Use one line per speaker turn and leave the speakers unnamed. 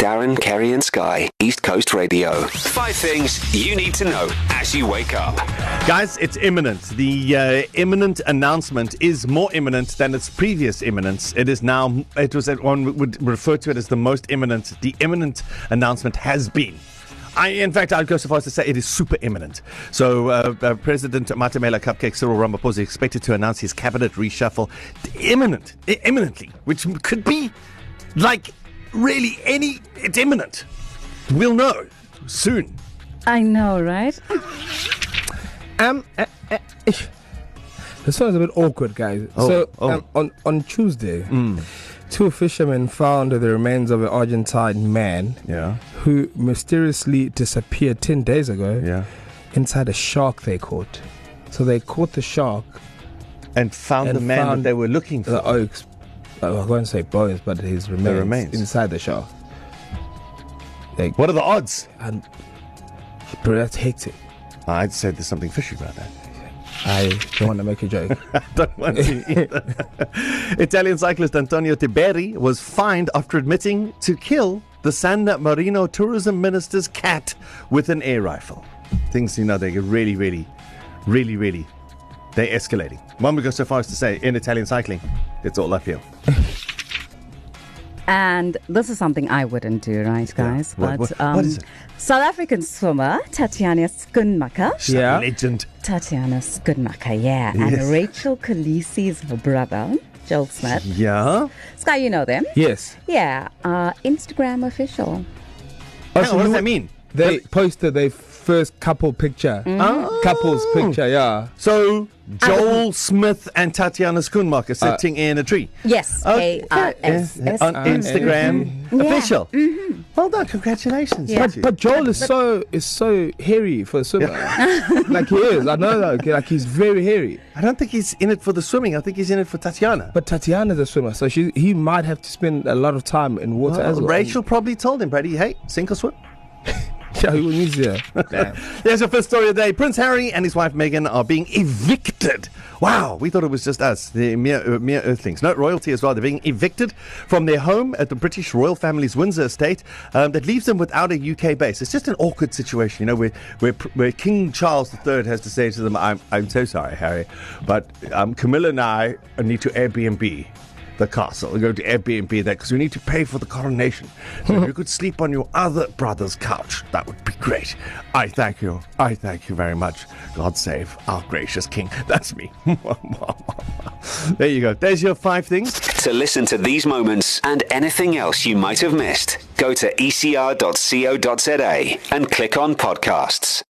Darren, Kerry, and Sky, East Coast Radio.
Five things you need to know as you wake up.
Guys, it's imminent. The uh, imminent announcement is more imminent than its previous imminence. It is now, it was, one would refer to it as the most imminent. The imminent announcement has been. I, in fact, I'd go so far as to say it is super imminent. So, uh, uh, President Matamela Cupcake Cyril Ramaphosa is expected to announce his cabinet reshuffle imminent, i- imminently, which m- could be like really any. It's imminent. We'll know soon.
I know, right?
Um, uh, uh, ish. this one's a bit awkward, guys.
Oh,
so
oh. Mm.
Um, on on Tuesday, two fishermen found the remains of an Argentine man
Yeah,
who mysteriously disappeared ten days ago
yeah.
inside a shark they caught. So they caught the shark,
And found
And
the man that
found
they were looking for.
the oaks. uh, I won't say bones, but his remains,
remains.
inside the shark. Like
what are the odds?
And bro, that's hectic.
I'd say there's something fishy about that.
I don't want to make a joke.
don't want to either. Italian cyclist Antonio Tiberi was fined after admitting to kill the San Marino tourism minister's cat with an air rifle. Things, you know, they get really, really, really, really, they're escalating. One would go so far as to say in Italian cycling, it's all uphill.
And this is something I wouldn't do, right, guys?
What-
But um,
what- what is it?
South African swimmer Tatiana Skunmaker.
yeah.
Legend.
Tatiana Skunmaker, yeah.
Yes.
And Rachel Khaleesi's brother, Joel Smith.
Yeah.
Sky, you know them.
Yes.
Yeah, uh, Instagram official.
Oh,
Hang
so
on, what
you
does
wa-
that mean?
They posted their first couple picture. Couples picture, yeah.
So, Joel Smith and Tatiana Schoonmaker sitting in a tree.
Yes,
Okay.
A-R-S-S.
Oh, On
Uh,
Instagram.
Yeah.
Official. Well done. Congratulations.
Yeah.
Tati.
Mm-hmm. But Joel is so is so hairy for a swimmer. like he is. I know that. okay, Like he's very hairy.
I don't think he's in it for the swimming. I think he's in it for Tatiana.
But Tatiana's a swimmer, so she he might have to spend a lot of time in water as well.
Oh, Rachel probably told him, Brady, hey, sink or swim.
Yeah, who needs that?
There's your first story of the day. Prince Harry and his wife Meghan are being evicted. Wow, we thought it was just us, the mere, uh, mere earthlings. No, royalty as well. They're being evicted from their home at the British royal family's Windsor estate um, that leaves them without a UK base. It's just an awkward situation, you know, where, where, where King Charles III has to say to them, I'm, I'm so sorry, Harry, but um, Camilla and I need to Airbnb. The castle. We go to Airbnb there because we need to pay for the coronation. So if you could sleep on your other brother's couch, that would be great. I thank you. I thank you very much. God save our gracious king. That's me. there you go. There's your five things.
To listen to these moments and anything else you E might have missed, go to ecr.co.za and click on podcasts.